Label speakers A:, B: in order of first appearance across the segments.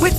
A: With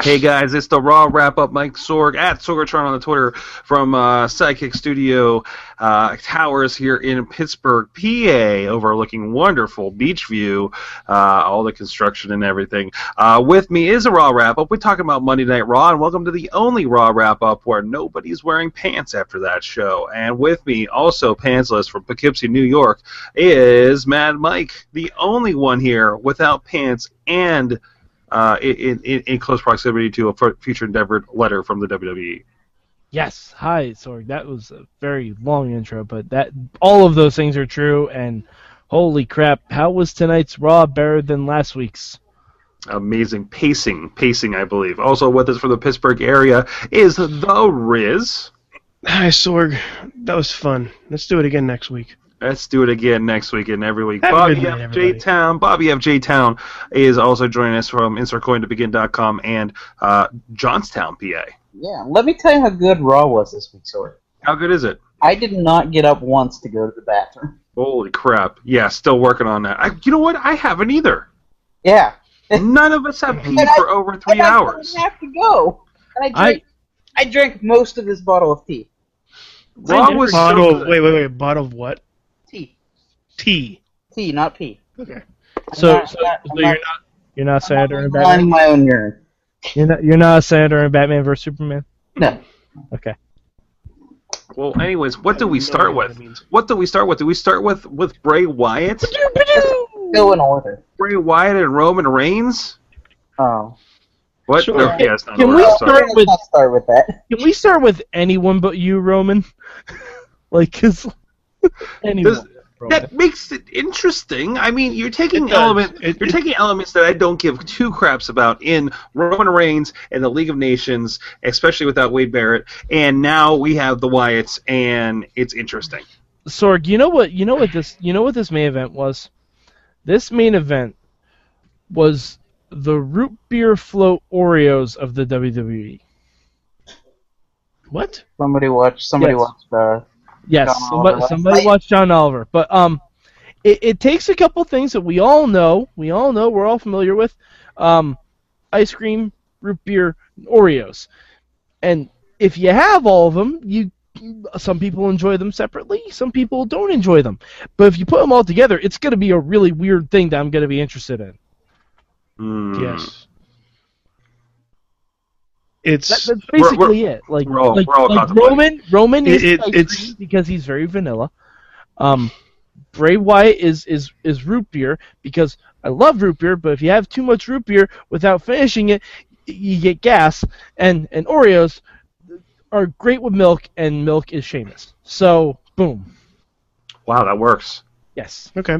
B: Hey guys, it's the Raw Wrap Up. Mike Sorg at Sorgatron on the Twitter from uh, Sidekick Studio uh, Towers here in Pittsburgh, PA, overlooking wonderful beach view, uh, all the construction and everything. Uh, with me is a Raw Wrap Up. We're talking about Monday Night Raw, and welcome to the only Raw Wrap Up where nobody's wearing pants after that show. And with me, also pantsless from Poughkeepsie, New York, is Mad Mike, the only one here without pants and uh, in, in, in close proximity to a fu- future endeavored letter from the E. WWE.
C: Yes. Hi, Sorg. That was a very long intro, but that all of those things are true. And holy crap, how was tonight's Raw better than last week's?
B: Amazing pacing, pacing, I believe. Also with us from the Pittsburgh area is the Riz.
D: Hi, Sorg. That was fun. Let's do it again next week.
B: Let's do it again next week and every week.
D: Have a
B: Bobby
D: good night,
B: F. J
D: everybody.
B: Town, Bobby F. J Town is also joining us from insertcoin2begin.com and uh, Johnstown, PA.
E: Yeah, let me tell you how good Raw was this week, sorry.
B: How good is it?
E: I did not get up once to go to the bathroom.
B: Holy crap! Yeah, still working on that. I, you know what? I haven't either.
E: Yeah.
B: None of us have peed
E: And I-
B: Mm, for over three
E: and
B: hours.
E: I didn't have to go. And I
C: I-
E: drank, I, drank most of this bottle of tea.
B: Raw was so
D: bottle. of-
B: good.
D: wait, wait, wait. Bottle of what?
E: Tea.
D: Tea.
E: Tea, not pee.
D: Okay.
C: So,
E: not-
C: so,
E: I'm
C: so
E: not- I'm
C: you're
E: not-
C: not you're not Sander and
E: Lying
C: Batman.
E: my own urine.
C: You're not you're not Sander and Batman versus Superman.
E: No.
C: Okay.
B: Well, anyways, what do
D: have
B: we
D: no
B: start
D: idea what
B: with?
D: that means.
B: What do we start with? Do we start with with Bray Wyatt,
E: Go in order.
B: Bray Wyatt and Roman Reigns?
E: Oh.
B: What?
D: Sure.
B: No, yeah, it's not
C: Can
B: in
C: we
B: order,
C: start
B: sorry.
E: Let's
C: with-
E: not start with that.
C: Can we start with anyone but you, Roman? like, cause anyone.
B: Does-
C: Roman.
B: That makes it interesting. I mean, you're taking
D: It does.
B: element,
D: It-
B: you're
D: it-
B: taking elements that I don't give two craps about in Roman Reigns and the League of Nations, especially without Wade Barrett, and now we have the Wyatts, and it's interesting.
C: Sorg, you know what? You know what this? You know what this main event was? This main event was the root beer float Oreos of the E. WWE.
D: What?
E: Somebody watch. Somebody
C: Yes.
E: watch uh, the.
C: Yes,
E: John
C: somebody,
E: Oliver.
C: somebody
E: Wait.
C: watch John Oliver. But um, it, it takes a couple things that we all know. We all know. We're all familiar with um, ice cream, root beer, and Oreos. And if you have all of them, you some people enjoy them separately. Some people don't enjoy them. But if you put them all together, it's going to be a really weird thing that I'm going to be interested in.
B: Hmm.
D: Yes. It's
C: That, that's
B: We're-
C: basically
B: we're-
C: it. Like,
B: we're all-
C: like,
B: we're all
C: like
B: contemplating.
C: Roman. Roman
D: It-
C: is
D: it-
C: ice
D: it's-
C: cream because he's very vanilla. Um, Bray Wyatt is is is root beer because I love root beer, but if you have too much root beer without finishing it, y- you get gas. And and Oreos are great with milk, and milk is Seamus. So boom,
B: Wow, that works.
C: yes.
D: okay.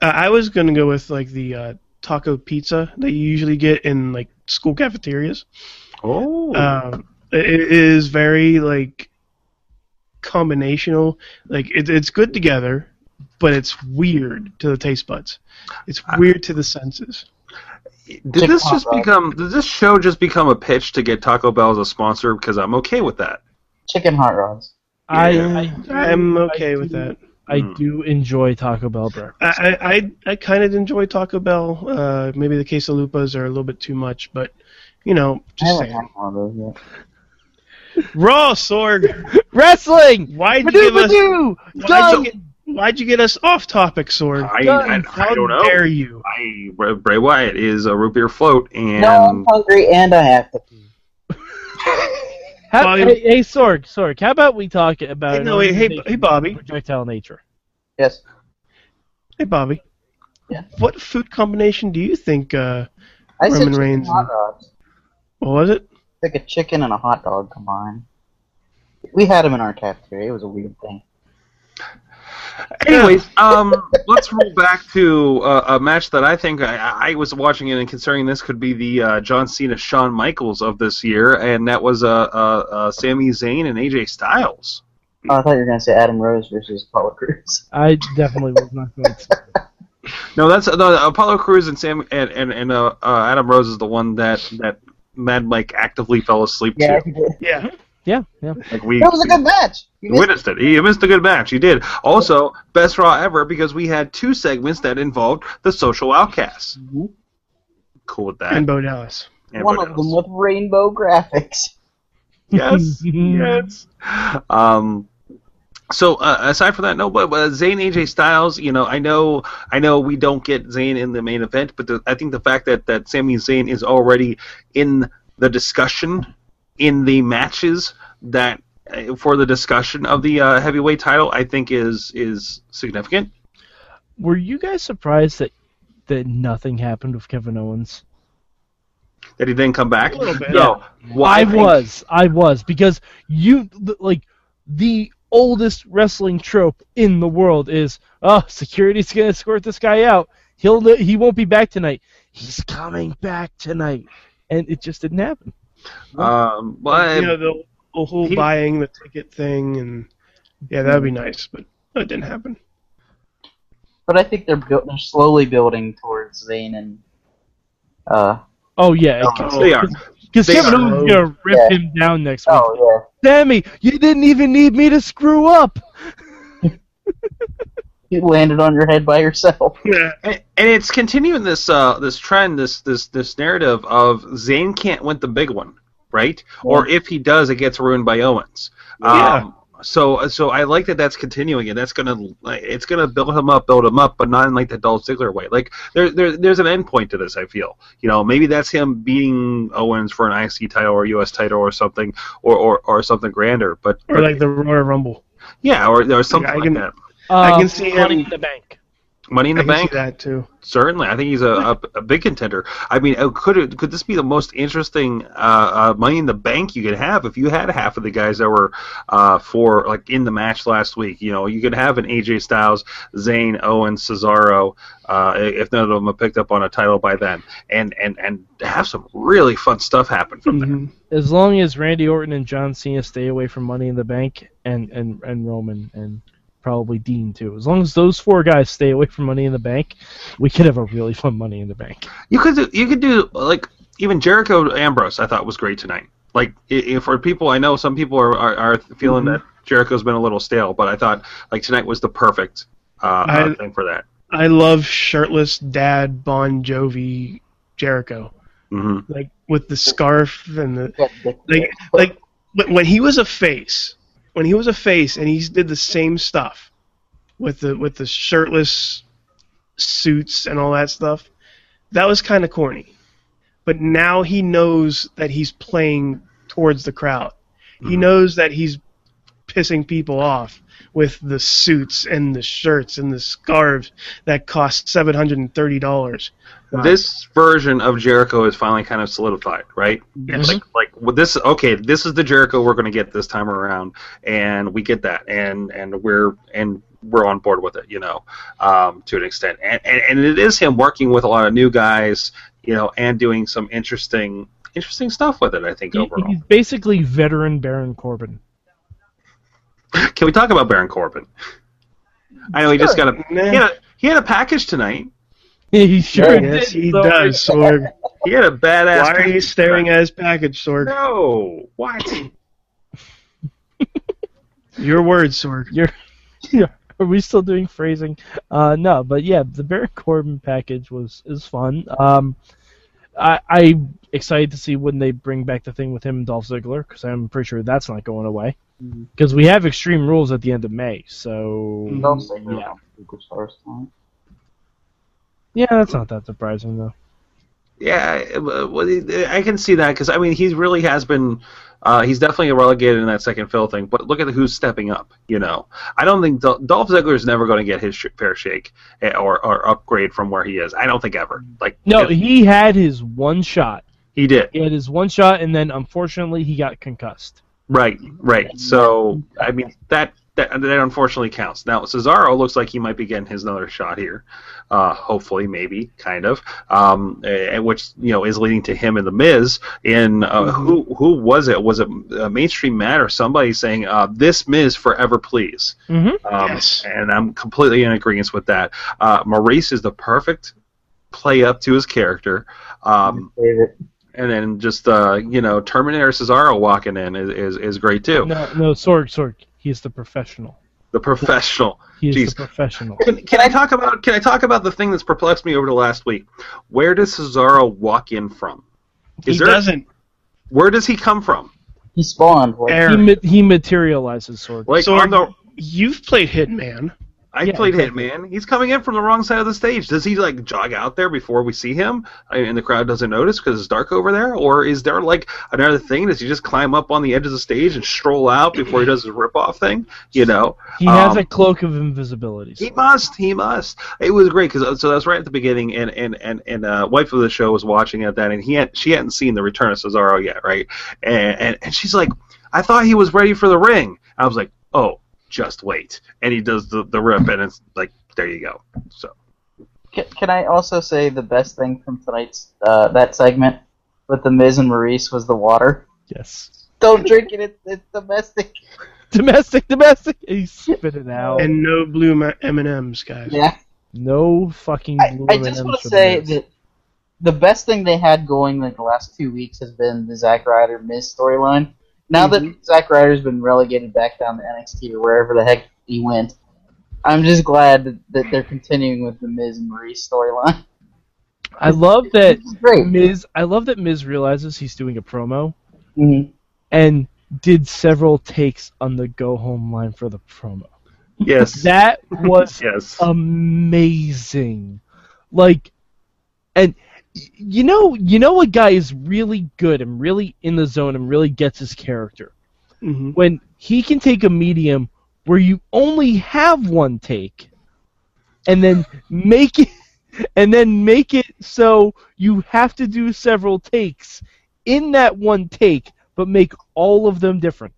D: Uh, I was gonna go with like the uh, taco pizza that you usually get in like school cafeterias.
B: Oh,
D: Um, it it is very like combinational. Like it, it's good together, but it's weird to the taste buds. It's weird to the senses.
B: Did this just
E: Chick-fil-A.
B: become? Did this show just become a pitch to get Taco Bell as a sponsor? Because I'm okay with that.
E: Chicken hot rods.
C: I, I
D: I'm okay with
C: do-
D: that.
C: I
B: Hmm.
C: do enjoy Taco Bell burger.
D: I I, I, I kind of enjoy Taco Bell. Uh, maybe the quesalupas are a little bit too much, but you know,
E: I
D: just
E: haven't had
D: saying.
E: one of those yet.
D: Raw Sorg.
C: Wrestling.
D: Why'd you
C: Badoo,
D: give us?
C: badoo!
D: Why'd you,
C: Go!
D: get, why'd you get us off topic, Sorg?
B: I, I,
D: How
B: I don't know.
D: dare you?
B: I Bray- Bray Wyatt is a root beer float, and
E: No, I'm hungry and I have to pee.
C: How,
D: Bobby-
C: hey, hey, Sorg, Sorg, how about we talk about
D: Hey,
C: an
D: no, wait, hey,
C: organization
D: hey, Bobby.
C: of projectile nature?
E: Yes.
D: Hey, Bobby.
E: Yeah.
D: What food combination do you think? Uh,
E: I
D: Roman
E: said chicken
D: Reigns
E: hot
D: and-
E: dogs.
D: what was it?
E: It's like a chicken and a hot dog combined. We had them in our cafeteria. It was a weird thing.
B: Anyways, um, let's roll back to uh, a match that I think I, I was watching it and considering this could be the uh, John Cena Shawn Michaels of this year, and that was uh, uh, uh, Sami Zayn and AJ Styles.
E: Oh, I thought you were gonna say Adam Rose versus Apollo Cruz.
C: I definitely was not going to.
B: No, that's no, Apollo Crews and Sam and and, and uh, uh, Adam Rose is the one that that Mad Mike actively fell asleep
E: Yeah,
B: to.
E: he did.
D: Yeah.
C: Yeah, yeah.
B: Like we
E: that was a good match. You
B: You
E: missed
B: witnessed it. He missed a good match. He did. Also, best Raw ever because we had two segments that involved the Social Outcasts. Cool with that.
D: And Bo Dallas.
B: And
E: Mm-hmm. one
B: what
E: of
B: else?
E: them with rainbow graphics.
B: Yes. yes. Um. So uh, aside from that, no. But uh, Zayn AJ Styles, you know, I know, I know, we don't get Zayn in the main event, but the, I think the fact that that Sami Zayn is already in the discussion, in the matches that uh, for the discussion of the uh, heavyweight title, I think is is significant.
C: Were you guys surprised that that nothing happened with Kevin Owens?
B: that he didn't come back.
D: bit.
B: No, why?
C: I was, I was, because you th- like the oldest wrestling trope in the world is, oh, security's gonna escort this guy out. He'll n- he won't be back tonight. He's coming back tonight, and it just didn't happen.
B: Um, but
D: you know the, the whole
B: he-
D: buying the ticket thing, and yeah, that'd be nice, but that didn't happen.
E: But I think they're built, they're slowly building towards Zayn and uh
C: Oh yeah,
B: they are.
C: because
B: They
C: Kevin
B: are.
C: Owens is gonna rip
E: Yeah.
C: him down next week.
E: oh
C: Sammy, you didn't even need me to screw up.
E: yeah, you landed on your head by yourself.
D: Yeah.
B: And, and it's continuing this uh, this trend, this this this narrative of Zayn can't win the big one, right? Or if he does, it gets ruined by Owens.
D: Yeah.
B: Um, so so I like that that's continuing, and that's gonna like, it's gonna build him up, build him up, but not in like the Dolph Ziggler way. Like there, there there's an end point to this. I feel you know maybe that's him beating Owens for an IC title or US title or something or or, or something grander. But
D: Or like the Royal Rumble.
B: yeah, or, or something
D: I
B: like
D: can-
B: that.
D: I
C: Um,
D: can see him.
C: the bank.
B: Money in the
D: I can
B: bank.
D: see that too.
B: Certainly, I think he's a, a, a big contender. I mean, uh, could it, could this be the most interesting uh, uh, Money in the Bank you could have if you had half of the guys that were uh, for like in the match last week? You know, you could have an AJ Styles, Zayn, Owen, Cesaro, uh, if none of them have picked up on a title by then, and and and have some really fun stuff happen from there.
C: As long as Randy Orton and John Cena stay away from Money in the Bank and, and, and Roman and probably Dean too. As long as those four guys stay away from Money in the Bank, we could have a really fun Money in the Bank.
B: You could do, you could do like even Jericho Ambrose. I thought was great tonight. Like i i for people, I know some people are are, are feeling that Jericho's been a little stale, but I thought like tonight was the perfect uh, uh
D: I-
B: thing for that.
D: I love shirtless dad Bon Jovi Jericho,
B: hmm
D: like with the scarf and the
E: Got dick
D: like
E: pics.
D: like but when he was a face, when he was a face, and he did the same stuff with the with the shirtless suits and all that stuff. That was kind of corny, but now he knows that he's playing towards the crowd. He knows that he's pissing people off with the suits and the shirts and the scarves that cost seven hundred and thirty dollars.
B: This version of Jericho is finally kind of solidified, right?
C: Mm-hmm.
B: Like like with this okay, this is the Jericho we're going to get this time around, and we get that, and and we're and we're on board with it, you know, um, to an extent, and, and and it is him working with a lot of new guys, you know, and doing some interesting interesting stuff with it. I think
C: He-
B: overall,
C: he's basically veteran Baron Corbin.
B: can we talk about Baron Corbin? I know he just got a he had a, he had a package tonight.
C: he sure
D: Yes,
C: did.
D: he
C: So-
D: does. Sorg.
B: He had a badass.
D: Why are you
B: package
D: staring
B: tonight.
D: at his package, Sorg?
B: No, what?
D: Your words, Sorg.
C: You're, yeah. Are we still doing phrasing? Uh, no, but yeah, the Baron Corbin package was is fun. Um, I I'm excited to see when they bring back the thing with him and Dolph Ziggler because I'm pretty sure that's not going away. Because we have Extreme Rules at the end of May, so
E: Don't say no.
C: Yeah.
E: Superstars tonight.
C: yeah, that's not that surprising though.
B: Yeah, I- well, I can see that because I mean he really has been. Uh, he's definitely relegated in that second fill thing, but look at who's stepping up. You know, I don't think Dol- Dolph Ziggler is never going to get his sh- fair shake eh, or, or upgrade from where he is. I don't think ever. Like
C: No,
B: if-
C: he had his one shot.
B: he did.
C: He had his one shot, and then unfortunately he got concussed.
B: Right, right. So I mean that that, that unfortunately counts. Now Cesaro looks like he might be getting his another shot here, uh, hopefully, maybe, kind of, um, eh, which you know is leading to him and the Miz. In uh, who who was it? Was it a mainstream Matt or somebody saying uh, this Miz forever, please? Um,
D: Yes.
B: And I'm completely in agreement with that. Uh, Maurice is the perfect play up to his character. Um,
E: Favorite.
B: and then just uh, you know Terminator Cesaro walking in is, is, is great too.
C: No, no, Sorg, Sorg. He is the professional.
B: The professional.
C: He is
B: Jeez.
C: the professional.
B: Can, can I talk about can I talk about the thing that's perplexed me over the last week? Where does Cesaro walk in from? Is
D: he
B: there
D: doesn't.
B: where does he come from?
E: He spawned. Like,
D: Air.
C: He, ma- he materializes Sorg.
B: Like
D: So
B: on the
D: you've played Hitman.
B: I
C: yeah,
B: played Hitman. He's coming in from the wrong side of the stage. Does he like jog out there before we see him, I- and the crowd doesn't notice because it's dark over there? Or is there like another thing? Does he just climb up on the edge of the stage and stroll out before he does his rip-off thing? You know,
C: He has
B: Um,
C: a cloak of invisibility.
B: He
C: Sorg.
B: must. He must. It was great because so that was right at the beginning, and and and and uh, wife of the show was watching at that, and he had she hadn't seen the return of Cesaro yet, right? And and, and she's like, I thought he was ready for the ring. I was like, oh, just wait. And he does the the rip, and it's like, there you go. So
E: Can, can I also say the best thing from tonight's uh, that segment with the Miz and Maurice was the water.
C: Yes.
E: Don't drink it. It's, it's domestic.
C: Domestic, domestic. He spit it out.
D: And no blue ma- M&Ms, guys.
E: Yeah.
C: no fucking.
E: I,
C: blue
E: I just
C: M&Ms
E: want
C: for
E: to
C: the
E: say
C: Miz.
E: that the best thing they had going like the last two weeks has been the Zack Ryder Miz storyline. Now that Zack Ryder's been relegated back down to NXT or wherever the heck he went, I'm just glad that, that they're continuing with the Miz and Maurice storyline.
C: I love that
E: It's great.
C: Miz. I love that Miz realizes he's doing a promo
E: Mhm.
C: and did several takes on the go home line for the promo.
B: yes,
C: That was
B: yes.
C: amazing. Like, and y- you know, you know, a guy is really good and really in the zone and really gets his character
D: Mhm.
C: when he can take a medium where you only have one take, and then make it, and then make it so you have to do several takes in that one take, but make all of them different.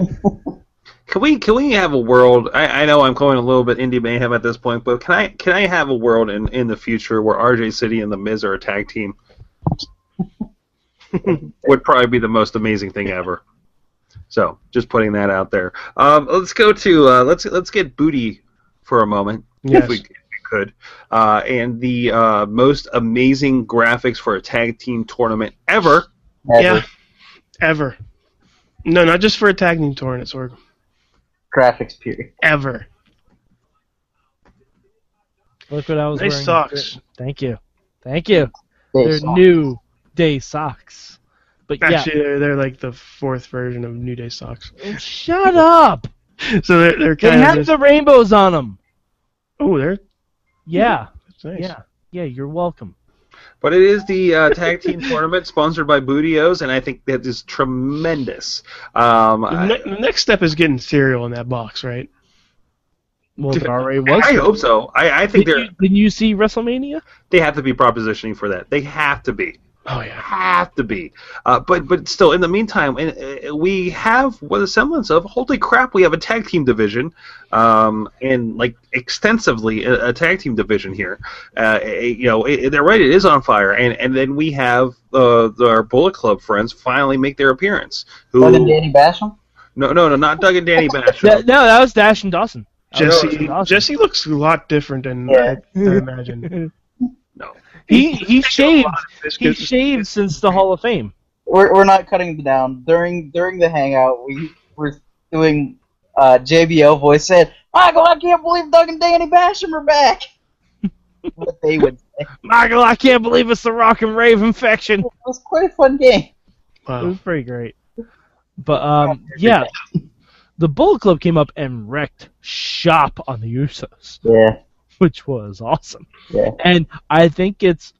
B: Can we can we have a world? I, I know I'm going a little bit indie mayhem at this point, but can I can I have a world in, in the future where RJ City and the Miz are a tag team? Would probably be the most amazing thing ever. So just putting that out there. Um, let's go to uh, let's let's get booty for a moment if we, if we could, uh, and the uh, most amazing graphics for a tag team tournament ever.
E: Ever.
D: Yeah. Ever. No, not just for a tag team tournament, Sorg.
E: Graphics period.
D: Ever.
C: Look what I was
D: They
C: wearing.
D: socks.
C: Thank you, thank you.
E: They
C: They're
E: suck.
C: new day socks. But yeah,
D: Actually, they're, they're like the fourth version of New Day socks.
C: shut up.
D: So they're, they're
C: They
D: kind of.
C: have
D: just-
C: the rainbows on them.
D: oh, they're
C: Yeah,
D: that's nice.
C: yeah, yeah. You're welcome.
B: But it is the uh, tag team tournament sponsored by Bootios, and I think that is tremendous. Um,
D: The,
B: I,
D: ne- the next step is getting cereal in that box, right?
C: Well, it already was.
B: I hope so. I, I think
C: Did
B: they are
C: you, did you see WrestleMania?
B: they have to be propositioning for that. They have to be.
D: Oh yeah.
B: Have to be. Uh, but but still, in the meantime, and, uh, we have what a semblance of holy crap, we have a tag team division, um, and like extensively a, a tag team division here. Uh, eh, you know, it, they're right. It is on fire, and and then we have uh, our Bullet Club friends finally make their appearance. Who?
E: Other than Danny Basham?
B: No, no, no, not Doug and Danny Bash.
C: That- no, that was Dash and Dawson. Oh, That was Dash
D: Jesse
C: and Dawson.
D: Jesse looks a lot different than
E: Yeah.
D: I, I imagine.
B: No.
C: he he shaved.
D: This
C: He
D: goes-
C: shaved since the Hall of Fame.
E: we're, we're not cutting them down during during the hangout. We we're doing uh, JBL voice said, "Michael, I can't believe Doug and Danny Basham are back." what they would say.
C: Michael, I can't believe it's the Rock and Rave infection.
E: It was quite a fun game.
C: It was
D: Wow.
C: pretty great. But um, yeah, the Bullet Club came up and wrecked shop on the Usos.
E: Yeah,
C: which was awesome.
E: Yeah.
C: And I think it's,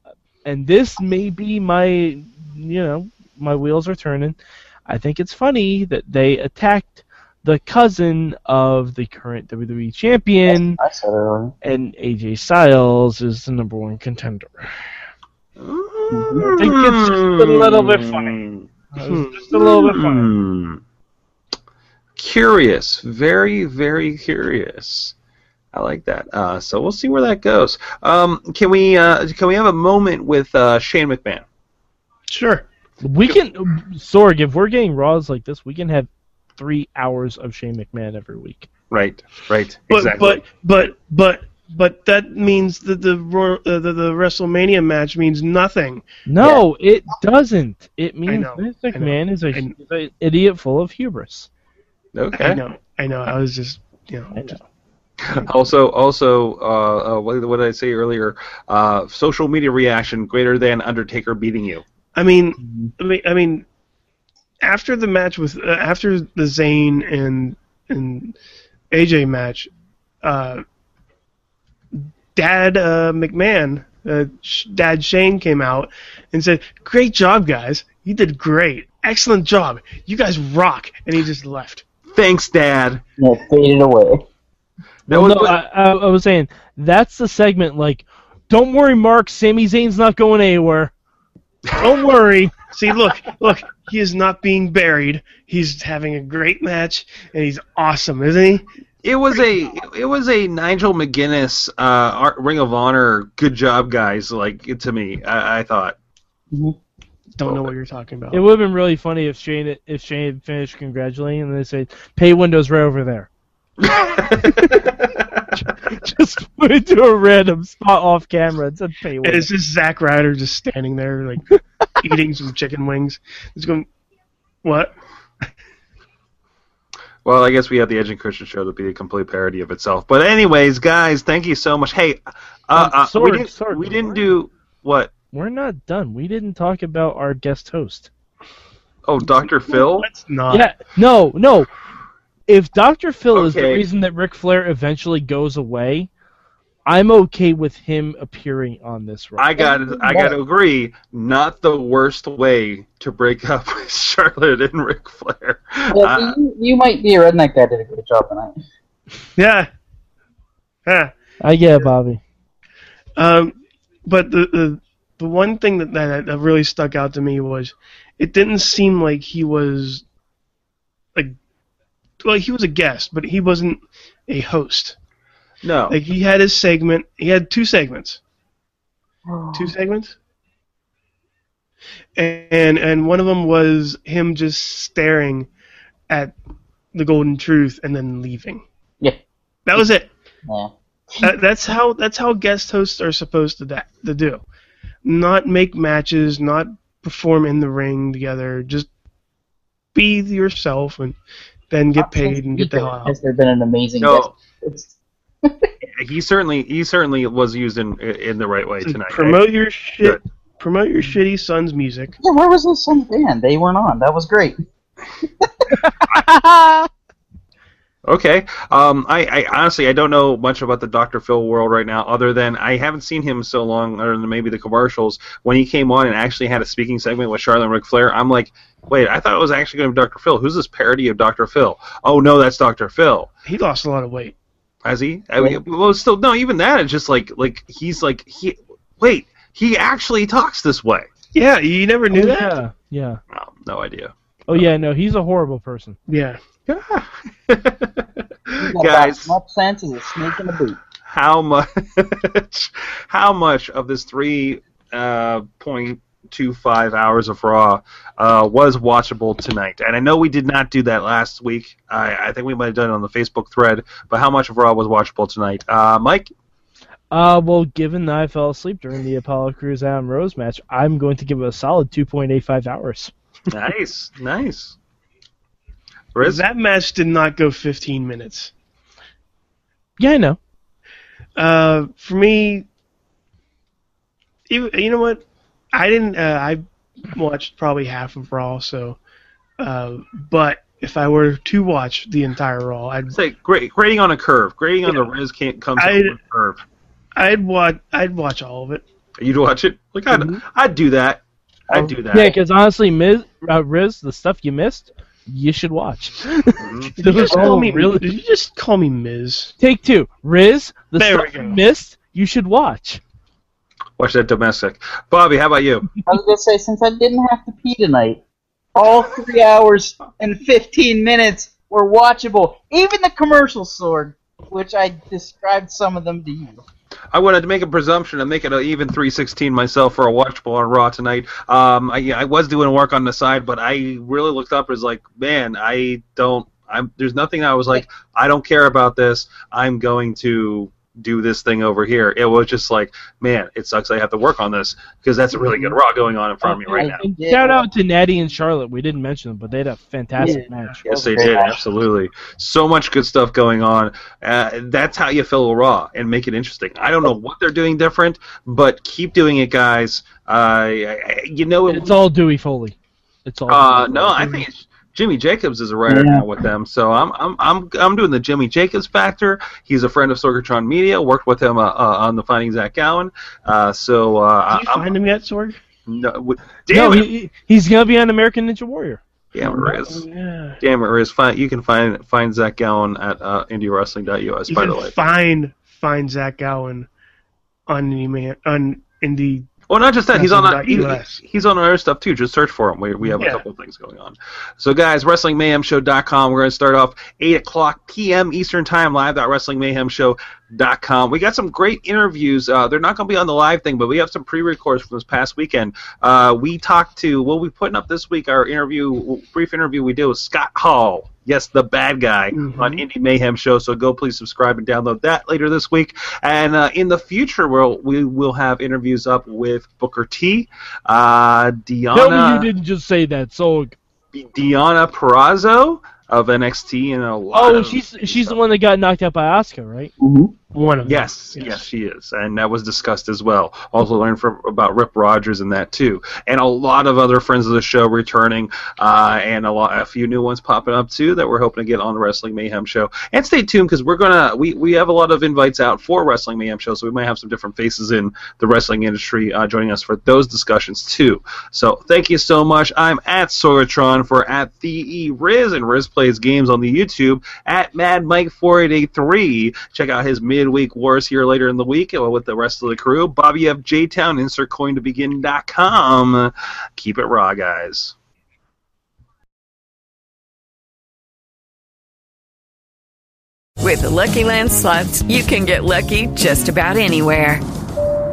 C: and this may be my, you know, my wheels are turning. I think it's funny that they attacked the cousin of the current WWE champion,
E: I said earlier.
C: and AJ Styles is the number one contender. I think it's just
B: Hmm.
C: a little bit funny. It's just a little bit
B: Hmm.
C: funny.
B: curious, very very curious. I like that. Uh, so we'll see where that goes. Um, can we uh, can we have a moment with uh, Shane McMahon?
D: Sure.
C: We can Sorg, if we're getting Raws like this, we can have three hours of Shane McMahon every week.
B: Right, right,
D: But
B: exactly.
D: but but but but that means that the, Ro- uh, the the WrestleMania match means nothing.
C: No, it doesn't. It means
D: know,
C: Vince
D: I know,
C: McMahon is a
D: I kn-
C: is an idiot full of hubris.
B: okay.
D: I know. I know. I was just you know.
C: Eh? I know.
B: Also, also, uh, uh, what, what did I say earlier? Uh, social media reaction greater than Undertaker beating you.
D: I
C: Mm-hmm.
D: mean, I mean, I mean, after the match with uh, after the Zayn and and AJ match, uh, Dad uh, McMahon, uh, Sh- Dad Shane came out and said, "Great job, guys! You did great. Excellent job. You guys rock!" And he just left.
B: Thanks, Dad.
E: And it faded away.
B: That
C: Well,
B: was
C: no, I, I, I was saying that's the segment. Like, don't worry, Mark. Sami Zayn's not going anywhere. Don't worry.
D: See, look, look, he is not being buried. He's having a great match, and he's awesome, isn't he?
B: it was a it was a Nigel McGuinness uh, Ar- Ring of Honor good job guys like to me. I, I thought
D: Don't know what you're talking about.
C: It would have been really funny if Shane if Shane had finished congratulating and they said, "Pay windows right over there." Just put it to a random spot off camera and said, "Pay
D: And it's
C: windows."
D: just Zack Ryder just standing there, like eating some chicken wings. He's going, "What?
B: Well, I guess we had the Edge and Christian show to be a complete parody of itself. But anyways, guys, thank you so much. Hey, uh, uh,
C: Sorg,
B: we didn't
C: Sorg,
B: we didn't do what?
C: We're not done. We didn't talk about our guest host.
B: Oh, Doctor Phil.
D: Let's not."
C: yeah, no, no. If Dr. Phil is the
B: Okay.
C: reason that Ric Flair eventually goes away, I'm okay with him appearing on this. Raw.
B: I got to I got to agree. Not the worst way to break up with Charlotte and Ric Flair.
E: Yeah,
B: Uh,
E: you, you might be a redneck guy did a great job tonight.
D: yeah, yeah.
C: I get it, Bobby.
D: Um, but the, the the one thing that, that that really stuck out to me was it didn't seem like he was like well he was a guest, but he wasn't a host.
B: no,
D: Like he had his segment. He had two segments. two segments. And and one of them was him just staring at the golden truth and then leaving.
E: Yeah.
D: That was it.
E: Yeah.
D: That, that's how that's how guest hosts are supposed to da- to do. Not make matches, not perform in the ring together. Just be yourself and then get paid and get the hell out.
E: Has there been an amazing
B: no.
E: guest?
B: He certainly he certainly was used in in the right way tonight. right?
D: Promote your shit.
B: Good.
D: Promote your shitty son's music.
E: Yeah, where was this on band? They weren't on. That was great.
B: Okay. Um, I, I honestly I don't know much about the Dr. Phil world right now, other than I haven't seen him so long, other than maybe the commercials. When he came on and actually had a speaking segment with Charlotte and Ric Flair, I'm like, wait, I thought it was actually going to be Dr. Phil. Who's this parody of Dr. Phil? Oh no, that's Dr. Phil.
D: He lost a lot of weight.
B: Has he? I mean, well, still no. Even that it's just like like he's like he. Wait, he actually talks this way.
D: Yeah, you never knew that.
C: Yeah, yeah.
B: Oh, no idea.
C: Oh yeah, no, he's a horrible person.
D: Yeah.
B: Guys.
E: About as much sense as a snake in a boot.
B: how much how much of this uh, 3.25 hours of raw uh, was watchable tonight and i know we did not do that last week i, I think we might have done it on the facebook thread but how much of raw was watchable tonight uh, mike
C: Uh, well, given that I fell asleep during the Apollo Crews Adam Rose match, I'm going to give it a solid 2.85 hours.
B: nice nice Riz?
D: That match did not go 15 minutes.
C: Yeah, I know.
D: Uh, for me, even, you know what? I didn't. Uh, I watched probably half of Raw, so. Uh, but if I were to watch the entire Raw, I'd
B: It's like gra- grading on a curve. Grading on the Riz can't come to
D: I-
B: a curve.
D: I'd watch I'd watch all of it.
B: You'd watch it. Like I'd, I'd do that. I'd do that.
C: Yeah, because honestly, Miz, uh, Riz, the stuff you missed, you should watch.
D: Did you just call me?
C: really-
D: Did you just call me Miz?
C: Take two, Riz, the
D: There we
C: stuff
D: go.
C: you missed, you should watch.
B: Watch that domestic. Bobby, how about you?
E: I was gonna say since I didn't have to pee tonight, all three hours and fifteen minutes were watchable. Even the commercial sword, which I described some of them to you.
B: I wanted to make a presumption and make it an even 316 myself for a watchable on Raw tonight. Um, I, yeah, I was doing work on the side, but I really looked up as like, man, I don't. I'm there's nothing I was like, I don't care about this. I'm going to do this thing over here. It was just like, man, it sucks. I have to work on this because that's a really good Raw going on in front of me right now.
E: I did.
C: Shout out to Natty and Charlotte. We didn't mention them, but they had a fantastic
E: Yeah.
C: match.
B: Yes, they did. Absolutely. So much good stuff going on. Uh, that's how you fill a Raw and make it interesting. I don't know what they're doing different, but keep doing it, guys. Uh, I- I- you know, it,
C: It's all Dewey Foley. It's all.
B: uh,
C: Dewey
B: no,
C: Foley.
B: I think it's Jimmy Jacobs is a writer now with them. So I'm, I'm, I'm, I'm doing the Jimmy Jacobs factor. He's a friend of Sorgatron Media. Worked with him uh, uh, on the Finding Zach Gowen. Uh, so uh,
D: Did you
B: I- I'm,
D: find him yet, Sorg?
B: no, w-
C: No,
B: damn it,
C: he, he- he's gonna be on American Ninja Warrior.
B: damn it, Riz.
D: Yeah.
B: Damn it, Riz. Find, you can find find Zach Gowen at uh, IndieWrestling.us.
D: You
B: by
D: can
B: the way.
D: find find Zach Gowen on any man on indie.
B: Well, not just that. He's on that.
D: Wrestling.us.
B: he- He's on other stuff too. Just search for him. We, we have a
D: Yeah.
B: couple of things going on. So, guys, WrestlingMayhemShow.com. We're going to start off 8 o'clock p.m. Eastern Time, live.wrestlingmayhemshow.com. We got some great interviews. Uh, they're not going to be on the live thing, but we have some pre records from this past weekend. Uh, we talked to, we'll be putting up this week our interview, brief interview we did with Scott Hall. Yes, the bad guy on Indie Mayhem Show. So go please subscribe and download that later this week. And uh, in the future, we'll, we will have interviews up with Booker T, uh, Deanna.
C: Tell me you didn't just say that. So,
B: Diana Perrazzo of NXT and a lot.
C: oh,
B: of-
C: she's she's the one that got knocked out by Oscar, right?
D: One of them.
B: Yes, yes, she is, and that was discussed as well. Also learned from about Rip Rogers and that too, and a lot of other friends of the show returning, uh, and a lot, a few new ones popping up too that we're hoping to get on the Wrestling Mayhem show. And stay tuned because we're gonna we, we have a lot of invites out for Wrestling Mayhem show, so we might have some different faces in the wrestling industry uh, joining us for those discussions too. So thank you so much. I'm at Sorgatron for at the E Riz and Riz plays games on the YouTube at Mad Mike 4883. Check out his midweek wars here later in the week uh, with the rest of the crew. Bobby F J Town, insert coin to begin.com. Keep it raw, guys.
A: With the Lucky Land slots, you can get lucky just about anywhere.